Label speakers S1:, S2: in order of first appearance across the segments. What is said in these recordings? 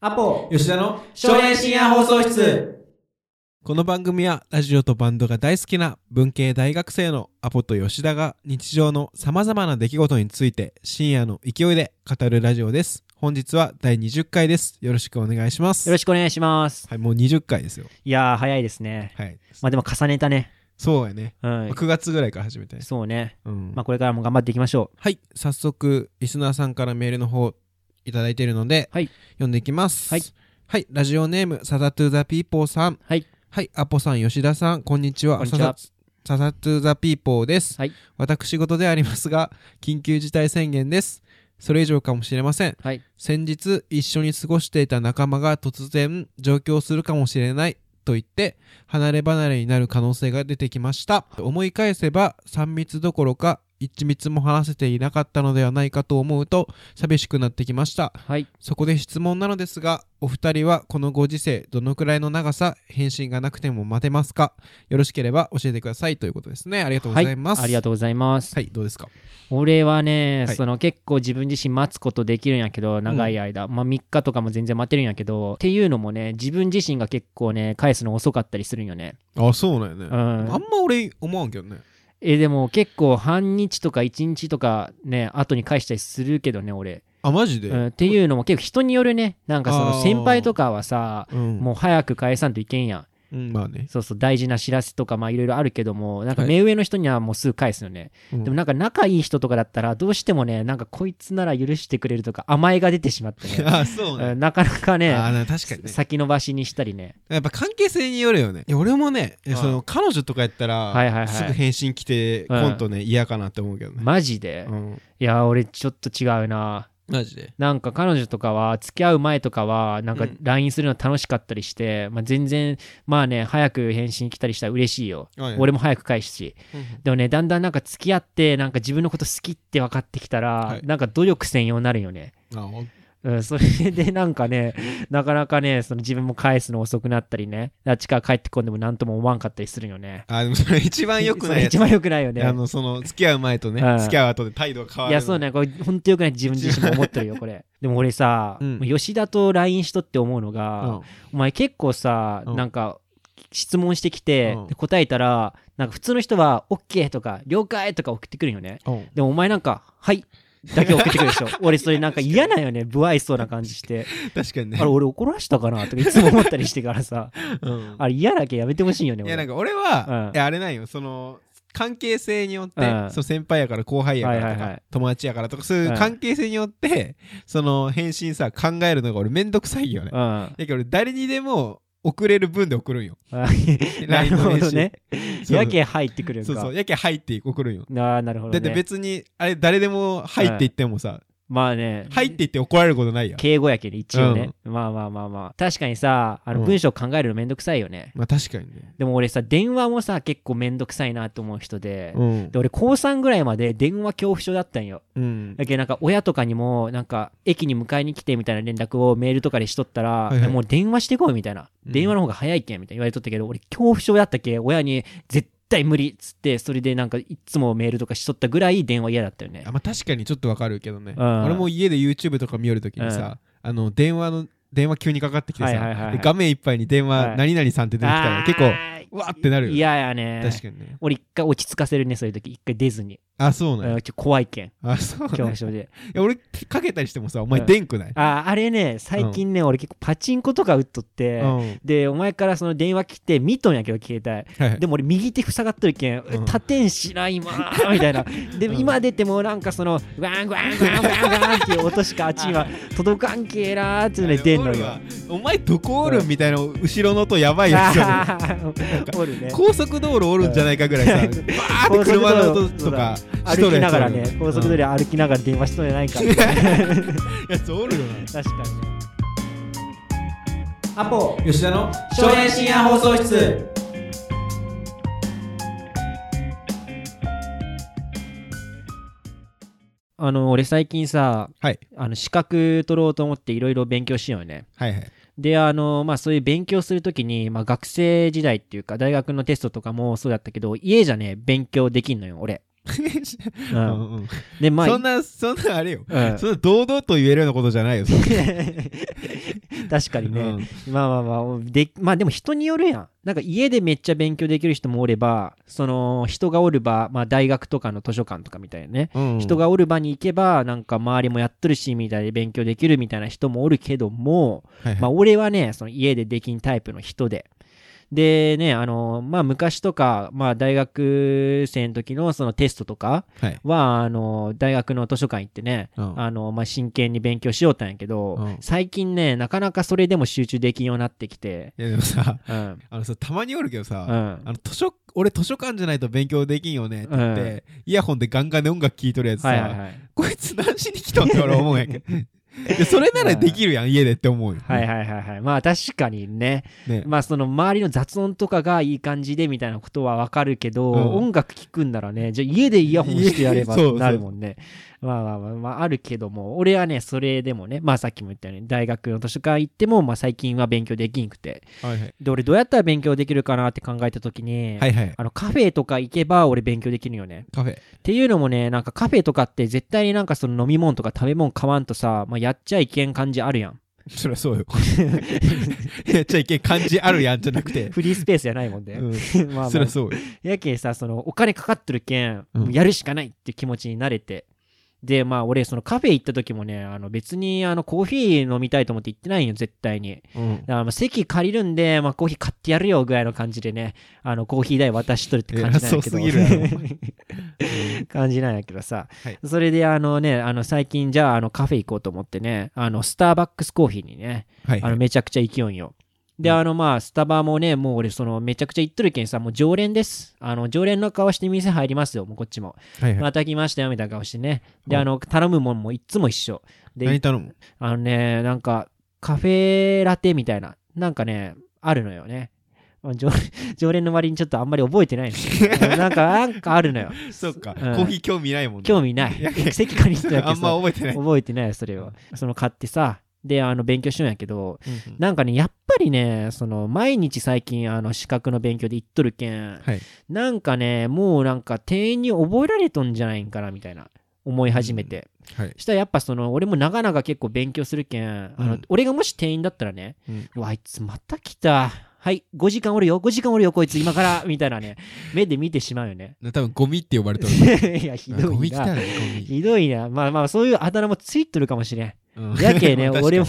S1: アポ
S2: 吉田の
S1: 少年深夜放送室
S2: この番組はラジオとバンドが大好きな文系大学生のアポと吉田が日常のさまざまな出来事について深夜の勢いで語るラジオです本日は第20回ですよろしくお願いします
S1: よろしくお願いします
S2: はいもう20回ですよ
S1: いやー早いですね
S2: はい
S1: まあでも重ねたね
S2: そうやね、
S1: うん、
S2: 9月ぐらいから始めて
S1: そうね
S2: うん
S1: まあこれからも頑張っていきましょ
S2: はい早速リスナーさんからメールの方いただいているので、
S1: はい
S2: 読んでいきます
S1: はい、
S2: はいラジオネームサザトゥザピーポーさん
S1: はい
S2: はいアポさん吉田さんこんにちは
S1: こんにちは
S2: サザサザトゥザピーポーです、
S1: はい
S2: 私事でありますが緊急事態宣言ですそれ以上かもしれません
S1: うはい
S2: 先日一緒に過ごしていた仲間が突然上京するかもしれないと言って離れ離れになる可能性が出てきました思い返せば3密どころか1密も話せていなかったのではないかと思うと寂しくなってきました
S1: はい
S2: そこで質問なのですがお二人はこのご時世どのくらいの長さ返信がなくても待てますかよろしければ教えてくださいということですねありがとうございます、
S1: はい、ありが
S2: と
S1: とうございます、
S2: はいどうですか
S1: 俺はね、
S2: はい
S1: その結構自分自身待つことできるんやけど長い間、まあ3日とかも全然待てるんやけどっていうのもね自分自身が結構ね返すの遅かったりするんよね
S2: あそうなんやね、
S1: うん
S2: あんま俺思わんけどね
S1: えでも結構半日とか1日とかね後に返したりするけどね俺、
S2: あマジで、
S1: うん、っていうのも結構人によるねなんかそ
S2: あ
S1: の
S2: ー
S1: 先輩とかはさ
S2: うん
S1: もう早く返さんといけんやん
S2: うん、まあね。
S1: そうそう大事な知らせとかまあいろいろあるけどもなんか
S2: はい
S1: 目上の人にはもうすぐ返すよね、
S2: うん
S1: でもなんか仲いい人とかだったらどうしてもねなんかこいつなら許してくれるとか甘えが出てしまってね
S2: あそう
S1: う
S2: ね。
S1: んなかなかね
S2: あな確かにね。
S1: 先延ばしにしたりね
S2: やっぱ関係性によるよね。いや俺もね、いや
S1: うん
S2: その彼女とかやったら、
S1: はいはいはい
S2: すぐ返信来て、
S1: うん
S2: コントね、嫌かなって思うけどね。
S1: マジで、
S2: うん、
S1: いや俺ちょっと違うな
S2: マジで。
S1: なんか彼女とかは付き合う前とかはなんか
S2: うん
S1: LINE するの楽しかったりして、まあ、全然まあね早く返信来たりしたら嬉しいよ、
S2: はい
S1: 俺も早く返すし
S2: うん
S1: でもねだんだんなんか付き合ってなんか自分のこと好きって分かってきたら、
S2: はい
S1: なんか努力専用になるよね
S2: あほん
S1: うん、それでなんかね、なかなかね、その自分も返すの遅くなったりね、あっちから帰ってこんでも何とも思わんかったりするよね。
S2: あでもそれ一番良くないやつ。
S1: それ一番良くないよね。
S2: あのその付き合う前とね、
S1: うん
S2: 付き合う後で態度が変わ
S1: い
S2: る。
S1: や、そう。ね、これ、本当良くない自分自身も思ってるよ、こ れ。でも俺さ、
S2: うん
S1: もう吉田と LINE しとって思うの
S2: う
S1: が、
S2: ん、
S1: お前結構さ、
S2: うん
S1: なんか質問してきて、
S2: うん
S1: で答えたらなんか普通の人は OK とか了解とか送ってくるよね
S2: うん
S1: でもお前なんかはいだけ送ってくる でしょ俺それなんか嫌なんよね不愛想な感じして
S2: 確かにね
S1: あれ。俺怒らしたかなとかいつも思ったりしてから さ
S2: うん
S1: あれ嫌だけやめてほしいよね
S2: いやなん
S1: か
S2: か俺は、
S1: うん
S2: いやあれないよその関係性によって、
S1: うん
S2: その先輩やから後輩やからとか、
S1: はいはいはい
S2: 友達やからとかそういううん関係性によって、その返信さ考えるのが俺めんどくさいよね、
S1: う
S2: だ
S1: ん
S2: けど俺誰にでも送れる分で送るんよ
S1: なるほどね
S2: そうそ う
S1: やけ入ってくるんか
S2: そうそうやけ入って送るんよ
S1: ああなるほ
S2: だ
S1: ど
S2: って
S1: ね
S2: 別にあれ誰でも入っていってもさ、
S1: まあね
S2: 入っていって怒られることないやん
S1: 敬語やけど一応ね、まあまあまあまあ確かにさあの
S2: うん
S1: 文章考えるのめんどくさいよね、
S2: まあ確かにね
S1: でも俺さ電話もさ結構めんどくさいなと思う人で,、
S2: うん
S1: で俺高3ぐらいまで電話恐怖症だったんよ
S2: うん
S1: だけどなんか親とかにもなんか駅に迎えに来てみたいな連絡をメールとかでしとったら、
S2: はいはい
S1: もう電話してこいみたいな、
S2: うん
S1: 電話の方が早いけんみたいな言われとったけど俺恐怖症だったけ親に絶対無理っつってそれでなんかいつもメールとかしとったぐらい電話嫌だったよね
S2: あまあ確かにちょっとわかるけどね、
S1: うん
S2: 俺も家で YouTube とか見よるときにさ、あの電話の電話急にかかってきてさ、
S1: はいはいはいはい
S2: で画面いっぱいに電
S1: は
S2: 話
S1: い
S2: 何々さんって出てきたら結構
S1: 構
S2: わーってなるよね
S1: 嫌やね
S2: 確かにね
S1: 俺一回落ち着かせるねそういう時一回出ずに、
S2: あそうなん
S1: う
S2: や
S1: んちょ怖いけ ん
S2: あそうなん
S1: 恐
S2: や
S1: 怖
S2: い
S1: 症で
S2: や俺かけたりしてもさお前
S1: うん
S2: でんくない、
S1: あーあれね最近ね、俺結構パチンコとか打っとって、
S2: うん
S1: でお前からその電話来て見とんやけど携帯
S2: はいはい
S1: でも俺右手塞がっとるけん
S2: うん
S1: 立てんしな今 みたいなで
S2: うん
S1: 今出てもなんかそのワンワンワンワンワンっていう音しかあっちには届かんけーなーっていうので出んの
S2: い
S1: よ
S2: やおるわお前どこおるみたいな後ろの音やばい やつ よね
S1: あーおるね
S2: 高速道路おるんじゃないかぐらいさ、
S1: うん
S2: バーって車の音とかし
S1: 歩
S2: と
S1: き
S2: る
S1: な
S2: やつ
S1: が
S2: お
S1: ら
S2: るよ
S1: ね高速道
S2: うん
S1: 路歩きながら電話しとんじゃないかみたいな
S2: やつおるよな
S1: 確かにね
S3: アポ
S2: 吉田の
S3: 少年深夜放送室
S1: あの俺最近さ
S2: はい
S1: あの資格取ろうと思っていろいろ勉強しようよね
S2: はいはい
S1: であのまあそういう勉強するときに、まあ、学生時代っていうか大学のテストとかもそうだったけど家じゃね勉強できんのよ俺、う、
S2: うんんうん
S1: でまあ
S2: そんなそんなあれよ
S1: うん
S2: そんな堂々と言えるようなことじゃないよそれ
S1: で 確かにね、
S2: うん
S1: まあまあまあでまあでも人によるやんなんか家でめっちゃ勉強できる人もおればその人がおる場、まあ、大学とかの図書館とかみたいなね、
S2: うん
S1: 人がおる場に行けばなんか周りもやっとるしみたいで勉強できるみたいな人もおるけども、
S2: はいは い
S1: まあ、俺はねその家でできんタイプの人で。でね、あのまあ、昔とか、まあ、大学生の時のそのテストとか
S2: はい
S1: はあの大学の図書館行ってね、
S2: うん
S1: あのまあ、真剣に勉強しようったんやけど、
S2: うん
S1: 最近ねなかなかそれでも集中できんようになってきて、
S2: いやでもさ
S1: うん
S2: あのさたまにおるけどさ、
S1: うん
S2: あの図書俺図書館じゃないと勉強できんよねって言って、
S1: う
S2: イヤホンでガンガンで音楽聴いとるやつさ、
S1: はいはいはい
S2: こいつ何しに来たんっ て俺思うんやけどいやそれならできるやん家でって思うよ、
S1: はいはいはいはいまあ確かにね
S2: ね
S1: まあその周りの雑音とかがいい感じでみたいなことはわかるけど、
S2: うん
S1: 音楽聴くんならねじゃあ家でイヤホンしてやれば
S2: いや そうそう
S1: なるもんねまあまあまあ、まあ、あるけども俺はねそれでもねまあさっきも言ったように大学の図書館行っても、まあ、最近は勉強できんくて
S2: はいはい
S1: で俺どうやったら勉強できるかなって考えた時に、
S2: はいはい
S1: あのカフェとか行けば俺勉強できるよね
S2: カフ
S1: っ
S2: ェ
S1: ていうのもねなんかカフェとかって絶対になんかその飲み物とか食べ物買わんとさ、まあ、やっちゃいけん感じあるやん
S2: そりゃそうよ やっちゃいけん感じあるやんじゃなくて、
S1: フリースペースじゃないもん で、
S2: うん、
S1: まあまあ
S2: そりゃそうよ
S1: やけんさそのお金かかってるけん、
S2: うん
S1: もうやるしかないって気持ちになれてでまあ俺そのカフェ行った時もねあの別にあのコーヒー飲みたいと思って行ってないんよ絶対に
S2: うん
S1: だからまあ席借りるんで、まあ、コーヒー買ってやるよぐらいの感じでねあのコーヒー代渡しとるって感じなんやけど
S2: 偉そうすぎるや
S1: 感じなんやけどさ、
S2: はい
S1: それであのねあの最近じゃああのカフェ行こうと思ってねあのスターバックスコーヒーにね
S2: はい
S1: あのめちゃくちゃ勢いんよ。で、
S2: うん
S1: あのまあ、スタバもね、もう俺、そのめちゃくちゃ行っとるけんさ、もう常連です。あの常連の顔して店入りますよ、もうこっちも。
S2: はいはい
S1: また来ましたよ、みたいな顔してね。で、
S2: うん
S1: あの、頼むもんもいっつも一緒。
S2: 何
S1: で、
S2: 頼む
S1: あのね、なんか、カフェラテみたいな、なんかね、あるのよね。まあ常 常連の割にちょっとあんまり覚えてないんですよ。 なんか、なんかあるのよ。
S2: そうか、
S1: うん
S2: コーヒー興味ないもんね
S1: 興味ない
S2: いやいや。
S1: 席借りてたけど
S2: あんま覚えてない、
S1: 覚えてないよ、それは。その買ってさ、で、あの、勉強しようんやけど、
S2: うん
S1: なんかね、やっぱりね、その、毎日最近、あの、資格の勉強で行っとるけん、
S2: はい
S1: なんかね、もうなんか、店員に覚えられとんじゃないんかな、みたいな、思い始めて。
S2: はい
S1: したらやっぱその、俺も長々結構勉強するけん、あの、
S2: うん
S1: 俺がもし店員だったらね、
S2: うん
S1: うわ、あいつまた来た。はい、5時間おるよ、5時間おるよ、こいつ今 から、みたいなね、目で見てしまうよね。
S2: 多分ゴミって呼ばれてる
S1: いや、ひ
S2: ゴ
S1: どい
S2: ミ来た
S1: な。
S2: ねゴミ
S1: ひどいな。まあまあ、そういうあだ名もついてるかもしれん。
S2: うん
S1: やけね、
S2: ま あ確か
S1: 俺
S2: に
S1: も、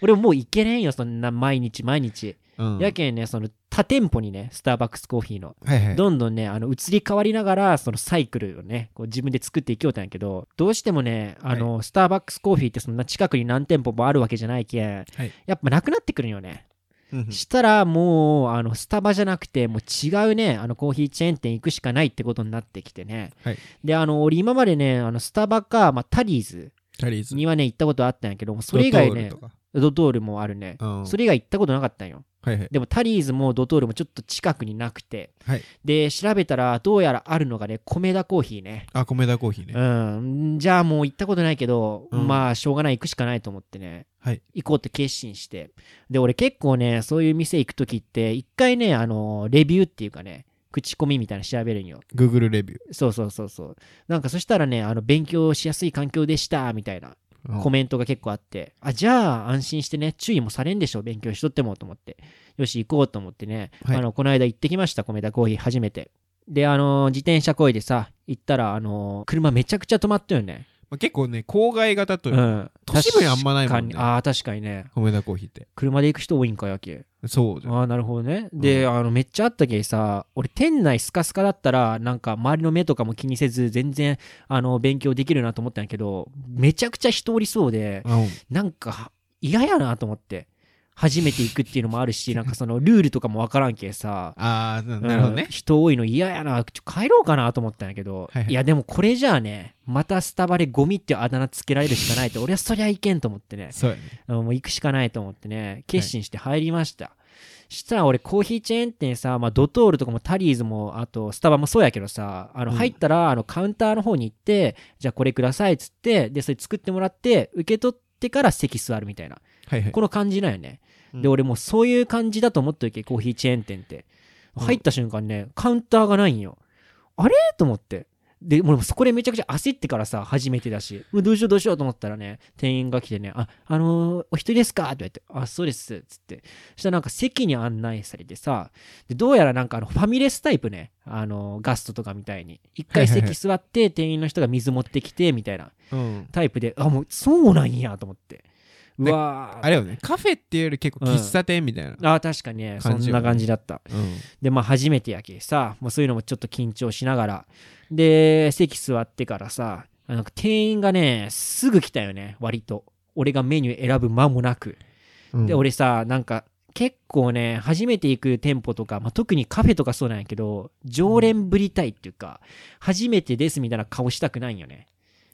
S1: 俺ももういけれんよ、そんな毎日毎日。
S2: うん
S1: やけんね、その多店舗にね、スターバックスコーヒーの、
S2: はいはい
S1: どんどんね、あの移り変わりながら、そのサイクルをね、こう自分で作っていきようとんやけど、どうしてもね、あの、スターバックスコーヒーってそんな近くに何店舗もあるわけじゃないけん、
S2: はい
S1: やっぱなくなってくるんよね。
S2: うんうん
S1: したらもう、あの、スタバじゃなくて、もう違うね、あのコーヒーチェーン店行くしかないってことになってきてね。
S2: はい
S1: で、あの、俺今までね、あのスタバか、まあ、タリーズ
S2: タリーズ
S1: にはね、行ったことあったんやけど、もうそれ以外ね
S2: ド、トールとか
S1: ドトールもあるね。
S2: うん
S1: それ以外行ったことなかったんよ。
S2: はいはい
S1: でもタリーズもドトールもちょっと近くになくて、
S2: はい
S1: で調べたらどうやらあるのがね米田コーヒーね
S2: あ米田コーヒーね
S1: うんじゃあもう行ったことないけど、
S2: うん
S1: まあしょうがない行くしかないと思ってね
S2: はい
S1: 行こうって決心してで俺結構ねそういう店行く時って一回ねあのレビューっていうかね口コミみたいなの調べるんよ
S2: Google レビュ
S1: そうそうそうそうなんかそしたらねあの勉強しやすい環境でしたみたいな
S2: ー
S1: コメントが結構あって、あ、じゃあ安心してね、注意もされんでしょ、勉強しとってもと思って。よし、行こうと思ってね、
S2: はい
S1: あの、この間行ってきました、米田コーヒー初めて。で、あのー自転車こいでさ、行ったら、あのー車めちゃくちゃ止まったよね。
S2: まあ結構ね郊外型という
S1: う
S2: か
S1: ん。
S2: 都市部にあんまないもん
S1: 確か
S2: ね
S1: にああ、確かにね。
S2: 米田コーヒーって
S1: 車で行く人多いんかやけ。
S2: そうじゃん
S1: ああ、なるほどね。で、あの、めっちゃあったけさ、俺、店内スカスカだったら、なんか、周りの目とかも気にせず、全然、あの、勉強できるなと思ったんやけど、めちゃくちゃ人おりそうで、
S2: うん
S1: なんか嫌やなと思って初めて行くっていうのもある しなんかそのルールとかもわからんけさ
S2: ああな なるほ
S1: う
S2: ど
S1: ん
S2: ね
S1: 人多いの嫌やなちょ帰ろうかなと思ったんやけど、
S2: はい
S1: い
S2: はい
S1: やでもこれじゃあねまたスタバでゴミっていうあだ名つけられるしかないって俺はそりゃいけんと思ってね
S2: そうやね
S1: うんもう行くしかないと思ってね決心して入りました、したら俺コーヒーチェーン店さ、まあ、ドトールとかもタリーズもあとスタバもそうやけどさあの
S2: うん
S1: 入ったらあのカウンターの方に行って、じゃあこれくださいっつってでそれ作ってもらって受け取ってから席座るみたいな
S2: はいはい
S1: この感じなんよね。
S2: うん
S1: で、俺もうそういう感じだと思っとるけ、コーヒーチェーン店って。
S2: うん
S1: 入った瞬間ね、カウンターがないんよ。あれと思って。で、俺もそこでめちゃくちゃ焦ってからさ、初めてだし、もうどうしようどうしようと思ったらね、店員が来てね、あ、あのーお一人ですかって言われて、あ、そうです、つって。そしたらなんか席に案内されてさ、で、どうやらなんかあの、ファミレスタイプね、あのーガストとかみたいに。一回
S2: はいはいは
S1: 席
S2: い
S1: 座って、店員の人が水持ってきて、みたいな
S2: うん、
S1: タイプで、あ、もうそうなんや、と思って。う
S2: ね
S1: わー
S2: あれよねカフェっていうより結構喫茶店みたいな、
S1: あー確かにね、そ
S2: 感じ
S1: ん
S2: よね
S1: な感じだった。
S2: うん
S1: で、まあ初めてやけさ、まあ、そういうのもちょっと緊張しながら。で、席座ってからさ、あなんか店員がね、すぐ来たよね、割と。俺がメニュー選ぶ間もなく。
S2: うん
S1: で、俺さ、なんか結構ね、初めて行く店舗とか、まあ、特にカフェとかそうなんやけど、常連ぶりたいっていうか、初めてですみたいな顔したくないんよね。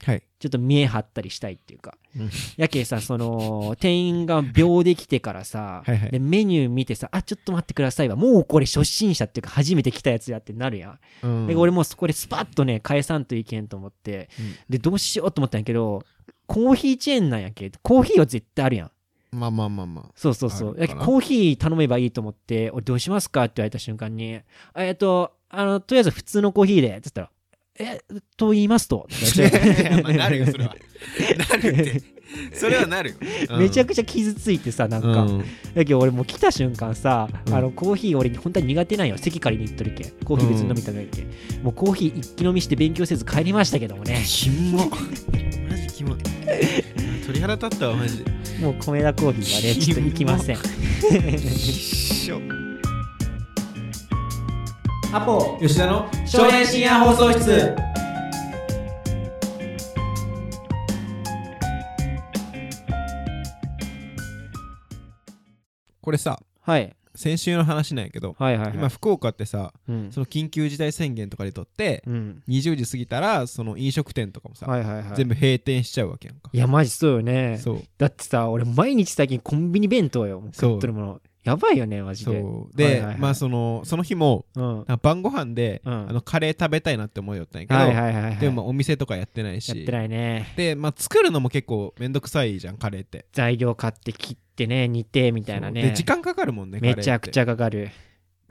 S2: はい
S1: ちょっと見え張ったりしたいっていうか、
S2: うん
S1: やけさその店員が秒で来てからさ
S2: はいはい
S1: でメニュー見てさ「あちょっと待ってくださいわもうこれ初心者っていうか初めて来たやつや」ってなるやん、
S2: うん
S1: で俺もうそこでスパッとね返さんといけんと思って、
S2: うん
S1: でどうしようと思ったんやけどコーヒーチェーンなんやけコーヒーは絶対あるやん
S2: まあまあまあまあ
S1: そうそうそ
S2: あ
S1: う
S2: る
S1: や
S2: か
S1: け
S2: な
S1: コーヒー頼めばいいと思って「俺どうしますか?」って言われた瞬間に「あえっとあのとりあえず普通のコーヒーで」っつったら「えと言いますと」って言われ
S2: いや
S1: て
S2: まあなるよそれ は なるってそれはなるよ、
S1: めちゃ
S2: ち
S1: くちゃ傷ついてさな
S2: ゃ
S1: んか、
S2: うん
S1: だけど俺もう来た瞬間さ、
S2: うん
S1: あのコーヒー俺本当に苦手なんよ席借りに行っとるけんコーヒー別に飲みたくないけん、もうコーヒー一気飲みして勉強せず帰りましたけどもね
S2: キモマジ キモ鳥肌立ったわマジで
S1: もう米田コーヒー はねちょっと行きま せん
S2: 一緒
S3: アポ
S2: 吉田の
S3: 少年深夜放送室
S2: これさ
S1: はい
S2: 先週の話なんやけど、
S1: はいはいはい
S2: 今福岡ってさ
S1: うん
S2: その緊急事態宣言とかでとって、
S1: うん
S2: 20時過ぎたらその飲食店とかもさ、
S1: はいはいはい
S2: 全部閉店しちゃうわけやんか
S1: いやマジそうよね
S2: そう
S1: だってさ俺毎日最近コンビニ弁当よもう
S2: そう
S1: 食っとるものやばいよねマジ
S2: そ
S1: で
S2: うで、
S1: はいはいはい
S2: まあそのその日も
S1: うんは
S2: なんか晩ご飯で、
S1: うん
S2: あのカレー食べたいなって思いよったんや
S1: い
S2: けど、
S1: はいはいはい
S2: でもまあお店とかやってないし
S1: やってないね
S2: で、まあ、作るのも結構めんどくさいじゃんカレーって
S1: 材料買って切ってね煮てみたいな
S2: そう
S1: ね
S2: で時間かかるもんね
S1: めちゃくち
S2: ゃ
S1: ゃかかる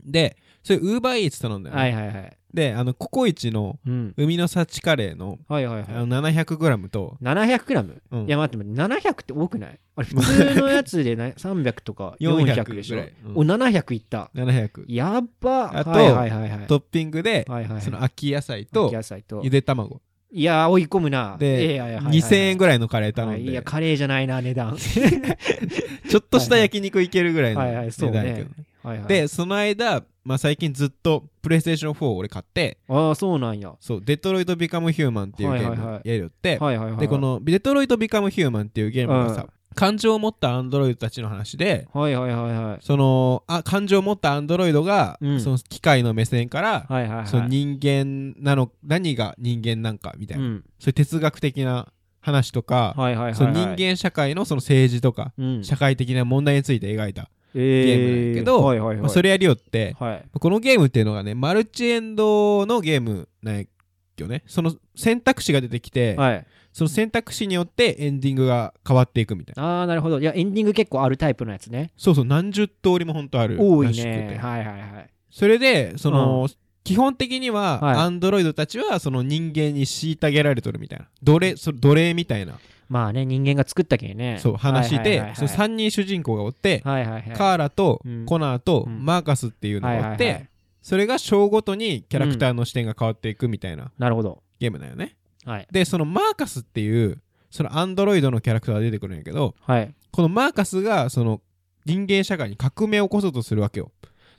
S2: でそれウーバーイーツ頼んだよ、ね
S1: はいはいはい
S2: であのココイチの
S1: うん
S2: 海の幸カレーの
S1: はいはいはい
S2: あの 700g と、
S1: 700g?
S2: うん
S1: いや待って待って700って多くないあれ普通のやつで な300とか400でしょ
S2: ぐらいうん
S1: お700いった
S2: 700
S1: やば
S2: あと
S1: はいはいはいはい
S2: トッピングで、
S1: はいはいはい
S2: その秋野菜
S1: 秋
S2: と
S1: 野菜と
S2: ゆで卵
S1: いやー追い込むな
S2: で、
S1: いやいやはいはい
S2: 2000円ぐらいのカレー頼ん
S1: は
S2: で、
S1: いいやカレーじゃないな値段
S2: ちょっとした焼肉いけるぐらいの
S1: はいはい
S2: 値
S1: そう
S2: 段
S1: ね
S2: やけどね、
S1: はいはい
S2: でその間、まあ、最近ずっとプレイステーション4を俺買って
S1: ああそうなんやは
S2: そうデトロイト・ビカム・ヒューマンっていうゲー
S1: はいはい
S2: ム
S1: は
S2: や
S1: い
S2: るよって、
S1: いはいはい
S2: でこのデトロイト・ビカム・ヒューマンっていうゲームがさ、
S1: う
S2: 感情を持ったアンドロイドたちの話で
S1: はいはいはいはい
S2: そのあ感情を持ったアンドロイドが、
S1: うん
S2: その機械の目線から、
S1: はいはいはい
S2: その人間なの何が人間なんかみたいな、
S1: うん
S2: そういう哲学的な話とか、
S1: はいはいはいはい
S2: その人間社会のその政治とか、
S1: うん
S2: 社会的な問題について描いた、
S1: え
S2: ームなんやけど
S1: はいはい
S2: ま
S1: は
S2: あ
S1: い
S2: それやるよって、
S1: はい
S2: このゲームっていうのがねマルチエンドのゲームなんよねその選択肢が出てきて、
S1: はい
S2: その選択肢によってエンディングが変わっていくみたいな
S1: ああなるほどいやエンディング結構あるタイプのやつね
S2: そうそう何十通りも本当ある
S1: 多
S2: ら
S1: い
S2: しくて
S1: ねはいはいはい
S2: それでその、基本的には、
S1: はい
S2: アンドロイドたちはその人間に虐げられとるみたいな奴隷そ奴隷みたいな、
S1: まあね人間が作ったけんね
S2: そう話で、
S1: はいはいはいはい
S2: その3人主人公がおって、
S1: はいはいはい
S2: カーラと、
S1: うん
S2: コナーと、
S1: うん
S2: マーカスっていうの
S1: はい
S2: がお
S1: は
S2: っ
S1: いは
S2: て、
S1: い
S2: それが章ごとにキャラクターの視点が変わっていくみたいな
S1: なるほど
S2: ゲームだよね。
S1: はい
S2: でそのマーカスっていうそのアンドロイドのキャラクターが出てくるんやけど
S1: はい
S2: このマーカスがその人間社会に革命を起こそうとするわけよ。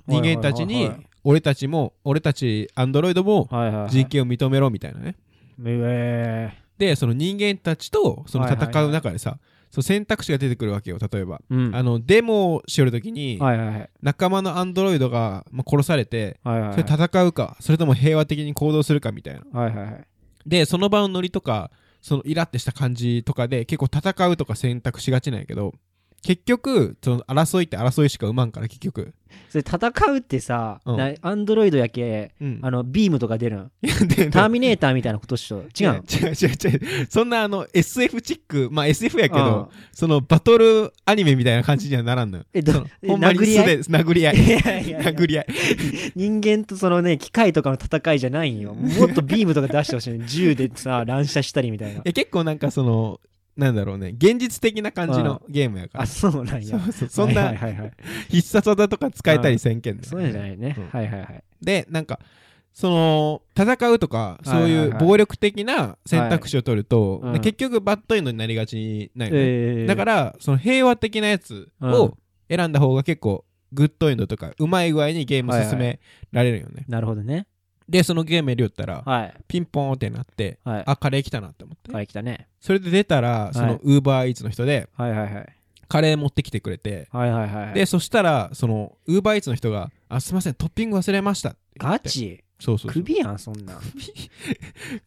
S2: 人間たちに
S1: はい
S2: 俺たちも俺たちアンドロイドも
S1: はいはい
S2: 人権を認めろみたいなね。
S1: え
S2: でその人間たちとその
S1: はいはいはい
S2: 戦う中でさその選択肢が出てくるわけよ例えば。
S1: ーうん
S2: あのデモをしよるときに、
S1: はいはいはい
S2: 仲間のアンドロイドがまあ殺されて、
S1: はいはい
S2: それ戦うかそれとも平和的に行動するかみたいな
S1: はいはいはい
S2: でその場のノリとかそのイラってした感じとかで結構戦うとか選択しがちなんやけど結局その争いって争いしか生まんから結局、
S1: それ戦うってさ、
S2: うん
S1: なアンドロイドやけ
S2: うん
S1: あのビームとか出るん
S2: で
S1: ターミネーターみたいなことっしょ違うの
S2: 違う違う違うそんなあの SF チックまあ SF やけど、
S1: うん
S2: そのバトルアニメみたいな感じにはならんのよ
S1: えど
S2: その
S1: え
S2: ほんまに
S1: 殴り合い
S2: 素手殴り合い
S1: いやいやいや
S2: 殴り合い
S1: 人間とそのね機械とかの戦いじゃないんよもっとビームとか出してほしいの銃でさ乱射したりみたいな
S2: え結構なんかそのなんだろうね現実的な感じのゲームやから
S1: あそうなんや
S2: そうそうそん
S1: は
S2: ない
S1: はいはいはい
S2: 必殺技とか使えたりせんけんね
S1: そうじゃないね、
S2: うん
S1: はいはいはい
S2: でなんかその戦うとかそう
S1: はい
S2: い
S1: は
S2: う
S1: いはい
S2: 暴力的な選択肢を取る
S1: は
S2: と、
S1: いうん
S2: で結局バッドエンドになりがちなんよね、
S1: えー、
S2: だからその平和的なやつ
S1: うん
S2: を選んだ方が結構グッドエンドとかうまい具合にゲーム
S1: はいはい
S2: 進められるよね、
S1: なるほどね
S2: でそのゲームやりよったら、
S1: はい
S2: ピンポーンってなって
S1: はい
S2: あカレー来たなって思って、
S1: はい来たね
S2: それで出たらそ
S1: は
S2: の
S1: い
S2: ウーバーイーツの人で
S1: はいはいはい
S2: カレー持ってきてくれて、
S1: はいはいはい
S2: でそしたらそのウーバーイーツの人が「あすいませんトッピング忘れました」って言っ
S1: ガ
S2: て
S1: チ
S2: そうそうそう
S1: 首やんそん なん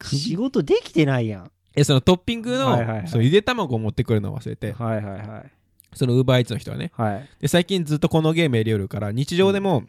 S1: 仕事できてないやん
S2: えそのトッピングの,、
S1: はいはいはい
S2: そのゆで卵を持ってくるのを忘れて
S1: はいはいはい
S2: そのウーバーイーツの人はね
S1: はい
S2: で最近ずっとこのゲームやりよるから日常でも、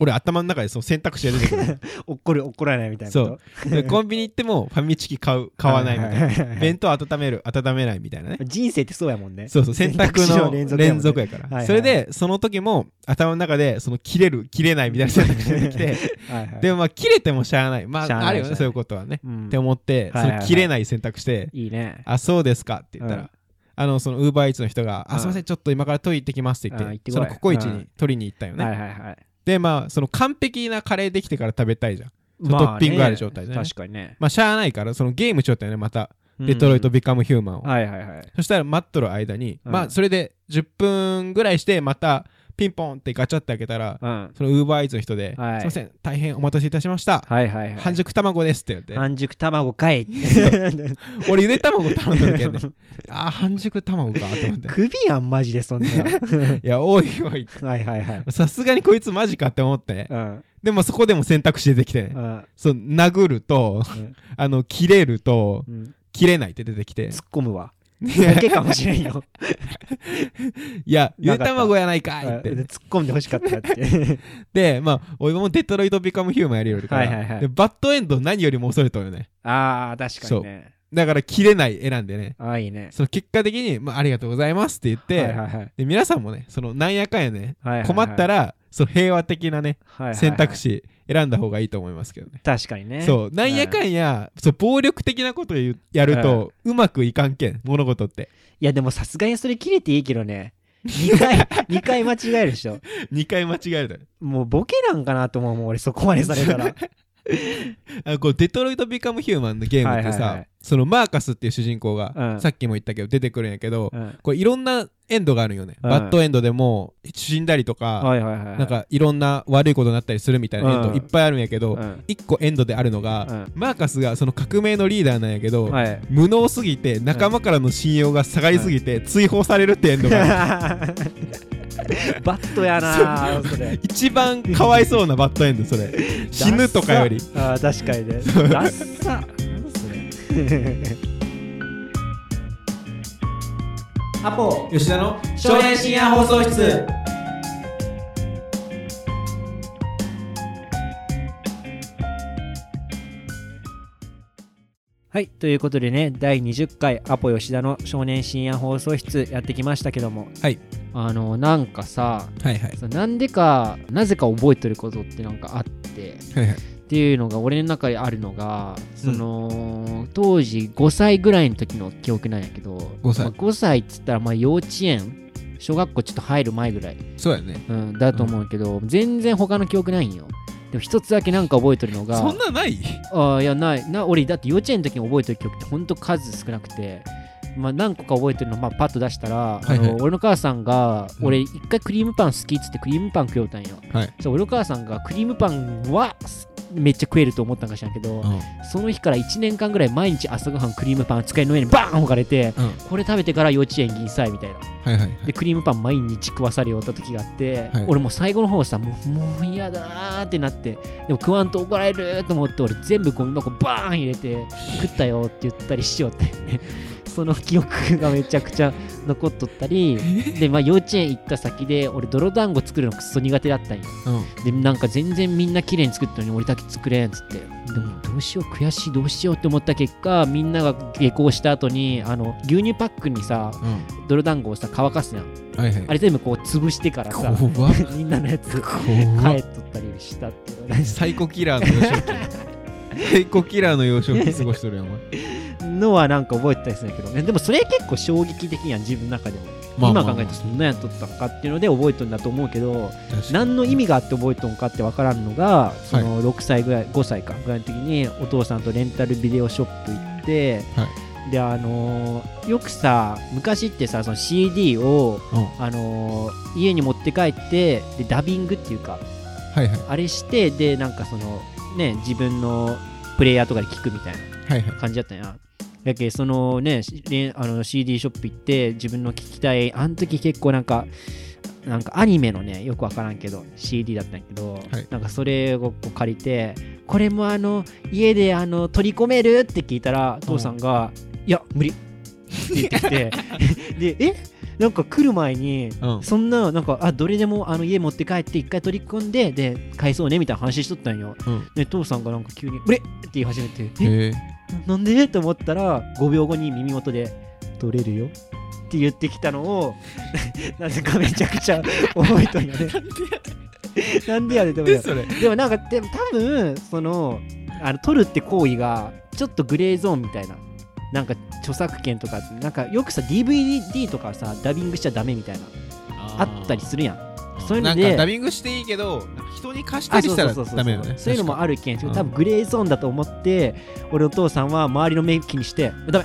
S2: 俺頭の中でその選択肢が出てくる
S1: 怒る怒らないみたいなこと
S2: でコンビニ行ってもファミチキ買う買わないみたいな、
S1: ははは
S2: 弁当温める温めないみたいなね
S1: 人生ってそうやもんね
S2: そうそう選択
S1: 選択肢
S2: の
S1: の連
S2: 連
S1: 続やも
S2: 続
S1: んね
S2: やから、
S1: はいはい
S2: それでその時も頭の中でその切れる切れないみたいな選択肢が出てきて
S1: はいはい
S2: でもまあ切れてもしゃあないま
S1: しゃあな
S2: あ
S1: い
S2: あるよ
S1: しゃあな
S2: ね
S1: い
S2: そういうことはね、
S1: うん
S2: って思っ
S1: はいは
S2: て、
S1: いはい
S2: その切れない選択して
S1: いいね
S2: あそうですかって言ったら、
S1: うん
S2: あのそのウーバーイーツの人が「
S1: う
S2: あ
S1: ん
S2: すいませんちょっと今から取り行ってきます」って言って,、
S1: うん行ってこい
S2: そのココイチ
S1: う
S2: に
S1: ん
S2: 取りに行ったよね、
S1: はいはいはい
S2: でまあその完璧なカレーできてから食べたいじゃんそ
S1: ま
S2: の
S1: ね
S2: トッピングある状態でね
S1: 確かにね
S2: まあしゃあないからそのゲームしよったよねまたデトロイト・
S1: うん
S2: ビカム・ヒューマンを、
S1: はいはいはい
S2: そしたら待っとる間に、
S1: うん
S2: まあそれで10分ぐらいしてまたピンポンってガチャって開けたら、
S1: うん
S2: そのウーバーイーツの人で、
S1: はい
S2: すいません大変お待たせいたしました、
S1: はいはいはい
S2: 半熟卵ですって言って
S1: 半熟卵か い
S2: 俺ゆで卵頼んどるけんね あー半熟卵かと思って
S1: 首やんマジでそんな
S2: いやおいおい
S1: はいはいはい
S2: さすがにこいつマジかって思って、
S1: うん
S2: でもそこでも選択肢出てきて、
S1: う
S2: ね
S1: ん
S2: そう殴ると
S1: うん
S2: あの切れると
S1: うん
S2: 切れないって出てきて
S1: 突っ込むわ
S2: い
S1: だ
S2: や
S1: けかもしれん よ
S2: いや
S1: な
S2: ゆで
S1: かった
S2: 卵やないか
S1: うん
S2: いって、
S1: 突っ込んでほしかったって
S2: でまあ俺もデトロイト・ビカム・ヒューマンやりよるから、
S1: はいはいはい
S2: でバッドエンド何よりも恐れとるよね
S1: あー確かにね
S2: だから切れない選んでね
S1: ああいいね
S2: その結果的に、まあ、ありがとうございますって言って、
S1: はいはいはい
S2: で皆さんもねそのなんやかんやね
S1: はいはいはい
S2: 困ったらその平和的なね
S1: はいはいはい
S2: 選択肢選んだ方がいいと思いますけどね。
S1: 確かにね
S2: そうなんやかんや、そう暴力的なことを言うやると、うまくいかんけん物事って
S1: いやでもさすがにそれ切れていいけど ね2回二回間違えるでしょ
S2: 2回間違える
S1: もうボケなんかなと思うもん俺そこまでされ たら
S2: あのこうデトロイト・ビカム・ヒューマンのゲームってさ、
S1: はいはいはい
S2: そのマーカスっていう主人公が、
S1: うん
S2: さっきも言ったけど出てくるんやけど、
S1: うん
S2: これいろんなエンドがあるんよね、
S1: うん
S2: バッドエンドでも死んだりとか、
S1: はいはいはいはい
S2: なんかいろんな悪いことになったりするみたいなエン
S1: う
S2: ド
S1: ん
S2: いっぱいあるんやけど、
S1: うん
S2: 一個エンドであるのが、
S1: うん
S2: マーカスがその革命のリーダーなんやけど、
S1: はい
S2: 無能すぎて仲間からの信用が下がりすぎて追放されるってエンドがある
S1: バットやなあそれ
S2: 一番かわいそうなバッドエンドそれ 死ぬとかより
S1: ダッサあー確かにねダッサ何それ
S3: アポ
S2: 吉田の
S3: 少年深夜放送室
S1: はいということでね第20回アポ吉田の少年深夜放送室やってきましたけども
S2: はい
S1: あのなんかさ
S2: はいはい
S1: そうなんでかなぜか覚えてることってなんかあって
S2: はいはい
S1: っていうのが俺の中であるのがその、当時5歳ぐらいの時の記憶なんやけど
S2: 5歳
S1: まあ、5歳っつったらまあ幼稚園小学校ちょっと入る前ぐらい、
S2: そうやね
S1: うん、だと思うけど、全然他の記憶ないんよでも一つだけなんか覚えてるのが
S2: そんなない
S1: あーいやないな俺だって幼稚園の時に覚えてる記憶ってほんと数少なくて、まあ、何個か覚えてるのまあパッと出したら、
S2: いはい
S1: あの俺の母さんが、
S2: うん
S1: 俺一回クリームパン好きっつってクリームパン食おうたんよ、
S2: はい
S1: そう俺の母さんがクリームパンはすめっちゃ食えると思ったんか知らんけど、その日から1年間ぐらい毎日朝ごはんクリームパン机の上にバーン置かれて
S2: うん
S1: これ食べてから幼稚園にいさいみたいな
S2: はいはい
S1: でクリームパン毎日食わされよった時があって、
S2: はい
S1: 俺もう最後の方さもうもう嫌だなーってなってでも食わんと怒られると思って俺全部ゴミ箱バーン入れて食ったよって言ったりしようって
S2: そ
S1: その記憶がめちゃくちゃ残っとったりで、まあ、幼稚園行った先で俺泥団子作るのクソ苦手だったんよ
S2: うん
S1: でなんか全然みんな綺麗に作ったのに俺だけ作れんっつってでもどうしよう悔しいどうしようって思った結果みんなが下校した後にあの牛乳パックにさ
S2: うん
S1: 泥団子をさ乾かすやん
S2: はいはい
S1: あれ全部こう潰してからさ
S2: 怖っ
S1: みんなのやつ帰
S2: 怖っ
S1: っとったりしたっていうのがね
S2: サイコキラーの幼少 期サイコキラーの幼少期過ごしとるやんお前
S1: のはなんか覚えてたりするんやけどねでもそれ結構衝撃的やん自分の中でも、
S2: まあまあま
S1: 今
S2: あ
S1: 考えたらそんなんやっとったのかっていうので覚えとるんだと思うけど
S2: 確かに
S1: 何の意味があって覚えとんかって分からんのがその6歳ぐらい5歳かぐらいの時にお父さんとレンタルビデオショップ行って、
S2: は
S1: であのーよくさ昔ってさその CD を、
S2: うん
S1: あのー家に持って帰ってでダビングっていうか
S2: はいはい
S1: あれしてでなんかそのね自分のプレイヤーとかで聞くみたいな
S2: はいはい
S1: 感じだったんや。だけどそのね、しれあの CD ショップ行って自分の聞きたい、あの時結構なんか、なんかアニメのね、よくわからんけど、CD だったんやけど、
S2: はい
S1: なんかそれをこう借りて、これもあの、家であの、取り込めるって聞いたら、父さんが、いや、無理って言ってき て、で、えなんか来る前に、
S2: うん
S1: そんな、なんか、あ、どれでもあの家持って帰って、一回取り込んで、で、返そうねみたいな話しとったんよ。
S2: うん
S1: で、父さんがなんか急に、無理って言い始めて、え
S2: へ え
S1: なんでと思ったら5秒後に耳元で「取れるよ」って言ってきたのを なぜかめちゃくちゃ覚えとん よね。なんでやねんでも
S2: で
S1: ね
S2: それ
S1: でもなんかでも多分そのあの取るって行為がちょっとグレーゾーンみたいな。なんか著作権とかなんかよくさ DVD とかさダビングしちゃダメみたいなあったりするやんそういう
S2: な
S1: の
S2: ん
S1: で
S2: かダビングしていいけどなんか人に貸した
S1: あ
S2: り
S1: そ
S2: し
S1: う
S2: た
S1: そう
S2: ら
S1: そうそう
S2: ダメよね
S1: そういうのもあるけん
S2: 確かに
S1: 多分グレーゾーンだと思って、俺の父さんは周りの目気にしてダメ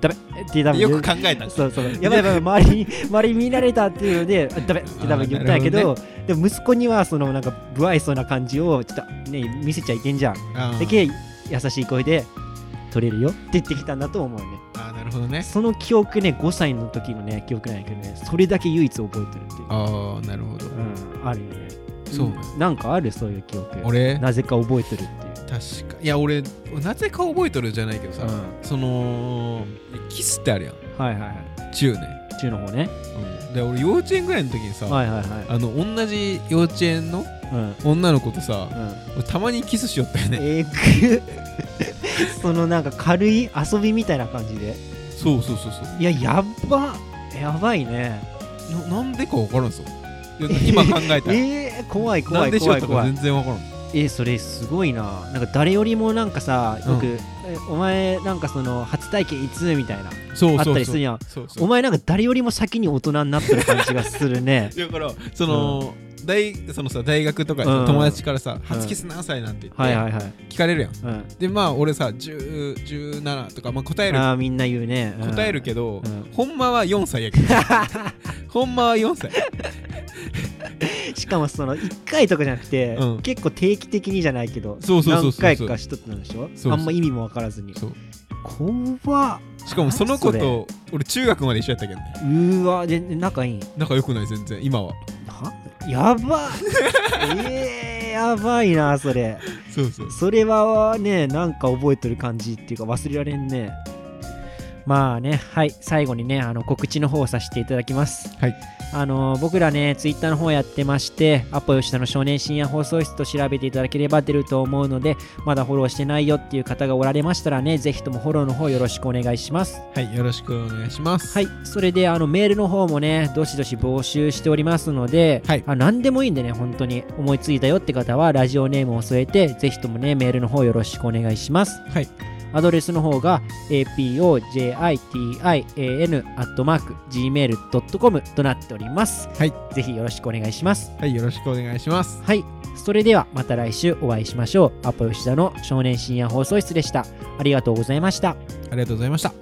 S1: ダメって多分
S2: よく考えた
S1: そうそうやばいやばい周りに周りに見られたっていうのでダメって多分言ったんやけ
S2: あーな
S1: ど
S2: る
S1: でも息子にはそのなんか不愛想な感じをちょっとね見せちゃいけんじゃん
S2: あー
S1: だけ優しい声で取れるよって言ってきたんだと思うね
S2: あーなるほどね
S1: その記憶ね5歳の時のね記憶なんやけどねそれだけ唯一覚えてるっていう
S2: ああなるほど
S1: うんあるよね
S2: そうね
S1: なんかあるそういう記憶
S2: 俺
S1: なぜか覚えてるっていう
S2: 確かいや俺なぜか覚えとるじゃないけどさ、
S1: うん
S2: そのキスってあるやん
S1: はいはいはい
S2: 中年、
S1: 中の方ね
S2: で俺幼稚園ぐらいの時にさ、
S1: はいはいは
S2: あの同じ幼稚園の
S1: いうん
S2: 女の子とさ
S1: うん
S2: 俺たまにキスしよったよね
S1: えぐ そのなんか軽い遊びみたいな感じで
S2: そうそうそうそう
S1: いややっばやばいね
S2: ななんでか分からんぞいや今考えたら
S1: えー、怖い
S2: な
S1: 怖
S2: ん
S1: い
S2: でしよ
S1: 怖
S2: っ
S1: い
S2: た
S1: 怖
S2: か
S1: い
S2: 全然分からん
S1: えー、それすごいななんか誰よりもなんかさよく、
S2: う
S1: えお前なんかその初体験いつみたいな
S2: そうそうそう
S1: あったりするやん
S2: そうそう
S1: お前なんか誰よりも先に大人になってる感じがする ね
S2: だからその、大そのさ大学とかでさ
S1: うん
S2: 友達からさ「初キス何歳?」なんて言
S1: はい
S2: っ
S1: はい
S2: て
S1: はい、
S2: 聞かれるやん
S1: うん、
S2: でまあ俺さ10 17とか、まあ、答える
S1: ああみんな言うね、うん
S2: 答えるけど、
S1: うん
S2: ほんまは4歳や けどほんまは4歳
S1: しかもその1回とかじゃなくて、
S2: うん
S1: 結構定期的にじゃないけど
S2: そうそうそうそうそう
S1: 何回かしとったんでしょ
S2: そう
S1: あんま意味も分からずに
S2: そう
S1: 怖っ
S2: しかもその子
S1: 何
S2: と俺中学まで一緒やったけどね
S1: うーわでで仲いい
S2: 仲良くない全然今は
S1: はやば えー、やばいなそれ
S2: そうそう
S1: それはねなんか覚えてる感じっていうか忘れられんねまあねはい最後にねあの告知の方をさせていただきます
S2: はい
S1: あの僕らねツイッターの方やってましてアポ吉田の少年深夜放送室と調べていただければ出ると思うのでまだフォローしてないよっていう方がおられましたらねぜひともフォローの方よろしくお願いします
S2: はいよろしくお願いします
S1: はい、それであのメールの方もね、どしどし募集しておりますので、
S2: はい
S1: あ何でもいいんでね、本当に思いついたよって方は、ラジオネームを添えて、ぜひともね、メールの方よろしくお願いします。
S2: はい
S1: アドレスの方が apojitian.gmail.com となっております。
S2: はい、
S1: ぜひよろしくお願いします。
S2: はいよろしくお願いします
S1: はい、それではまた来週お会いしましょう。アポ吉田の少年深夜放送室でした。ありがとうございました。
S2: ありがとうございました